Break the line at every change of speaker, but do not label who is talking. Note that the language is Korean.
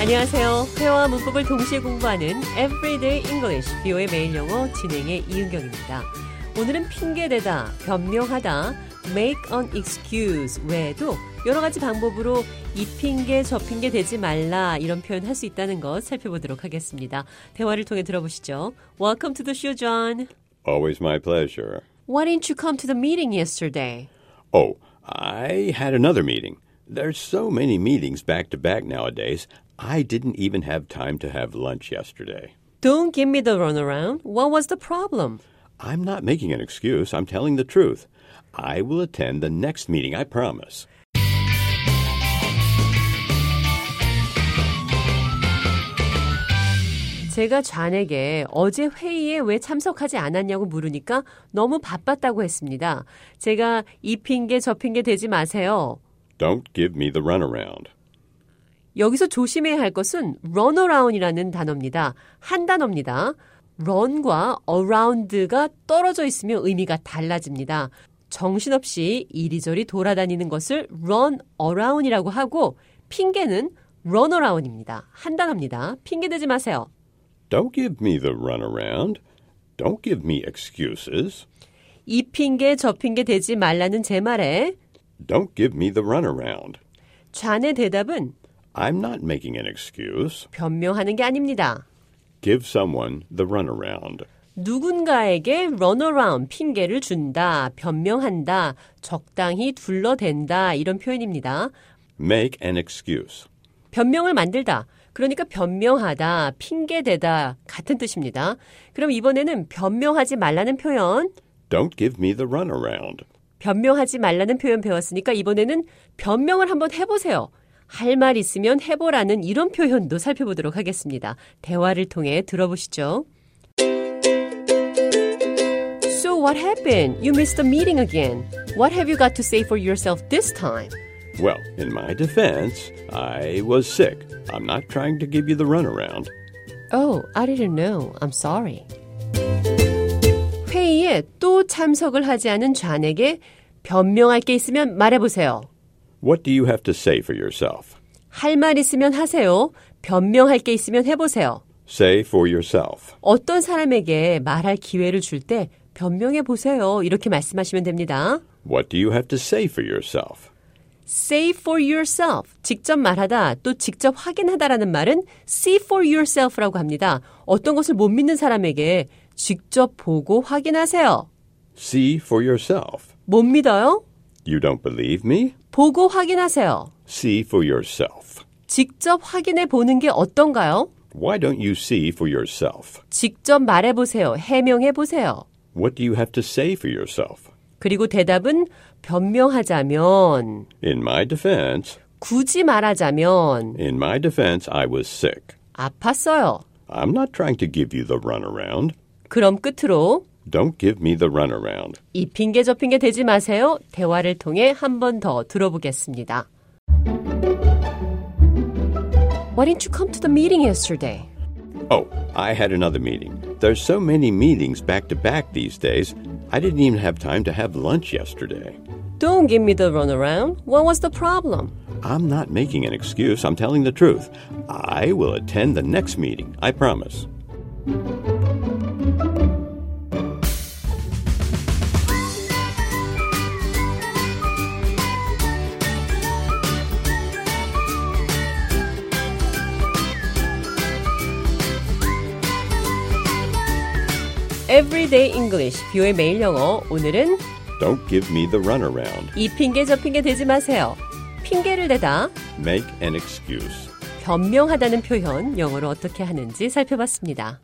안녕하세요. 회화와 문법을 동시에 공부하는 Everyday English, 비오의 매일 영어 진행의 이은경입니다. 오늘은 핑계대다, 변명하다, make an excuse 외에도 여러 가지 방법으로 이 핑계 저 핑계 대지 말라 이런 표현 할 수 있다는 것 살펴보도록 하겠습니다. 대화를 통해 들어보시죠. Welcome to the show, John.
Always my pleasure.
Why didn't you come to the meeting yesterday?
Oh, I had another meeting. There's so many meetings back to back nowadays. I didn't even have time to have lunch yesterday.
Don't give me the runaround. What was the problem?
I'm not making an excuse. I'm telling the truth. I will attend the next meeting, I promise.
제가 좌에게 어제 회의에 왜 참석하지 않았냐고 물으니까 너무 바빴다고 했습니다. 제가 이 핑계 저 핑계 대지 마세요.
Don't give me the runaround.
여기서 조심해야 할 것은 runaround이라는 단어입니다. 한 단어입니다. run과 around가 떨어져 있으면 의미가 달라집니다. 정신없이 이리저리 돌아다니는 것을 run around이라고 하고 핑계는 runaround입니다. 한 단어입니다. 핑계 대지 마세요.
Don't give me the runaround. Don't give me excuses.
이 핑계 저 핑계 대지 말라는 제 말에
Don't give me the runaround.
좌의 대답은
I'm not making an excuse.
변명하는 게 아닙니다.
Give someone the runaround.
누군가에게 런어라운드 핑계를 준다, 변명한다, 적당히 둘러댄다 이런 표현입니다.
Make an excuse.
변명을 만들다. 그러니까 변명하다, 핑계대다 같은 뜻입니다. 그럼 이번에는 변명하지 말라는 표현,
Don't give me the runaround.
변명하지 말라는 표현 배웠으니까 이번에는 변명을 한번 해보세요. 할 말 있으면 해보라는 이런 표현도 살펴보도록 하겠습니다. 대화를 통해 들어보시죠. So what happened? You missed the meeting again. What have you got to say for yourself this time?
Well, in my defense, I was sick. I'm not trying to give you the runaround.
Oh, I didn't know. I'm sorry. 회의에 또 참석을 하지 않은 좌에게 변명할 게 있으면 말해보세요.
What do you have to say for yourself?
할 말 있으면 하세요. 변명할 게 있으면 해보세요.
Say for yourself.
어떤 사람에게 말할 기회를 줄 때 변명해 보세요. 이렇게 말씀하시면 됩니다.
What do you have to say for yourself?
Say for yourself. 직접 말하다 또 직접 확인하다라는 말은 see for yourself라고 합니다. 어떤 것을 못 믿는 사람에게 직접 보고 확인하세요.
See for yourself.
못 믿어요?
You don't believe me?
보고 확인하세요.
See for yourself.
직접 확인해 보는 게 어떤가요?
Why don't you see for yourself?
직접 말해 보세요. 해명해 보세요.
What do you have to say for yourself?
그리고 대답은 변명하자면,
In my defense,
굳이 말하자면,
in my defense, I was sick.
아팠어요.
I'm not trying to give you the runaround.
그럼 끝으로
Don't give me the runaround.
이 핑계 저 핑계 대지 마세요. 대화를 통해 한 번 더 들어보겠습니다. Why didn't you come to the meeting yesterday?
Oh, I had another meeting. There's so many meetings back to back these days. I didn't even have time to have lunch yesterday.
Don't give me the runaround. What was the problem?
I'm not making an excuse. I'm telling the truth. I will attend the next meeting. I promise.
Everyday English, 뷰의 매일 영어. 오늘은
Don't give me the runaround.
이 핑계 저 핑계 대지 마세요. 핑계를 대다,
Make an excuse.
변명하다는 표현 영어로 어떻게 하는지 살펴봤습니다.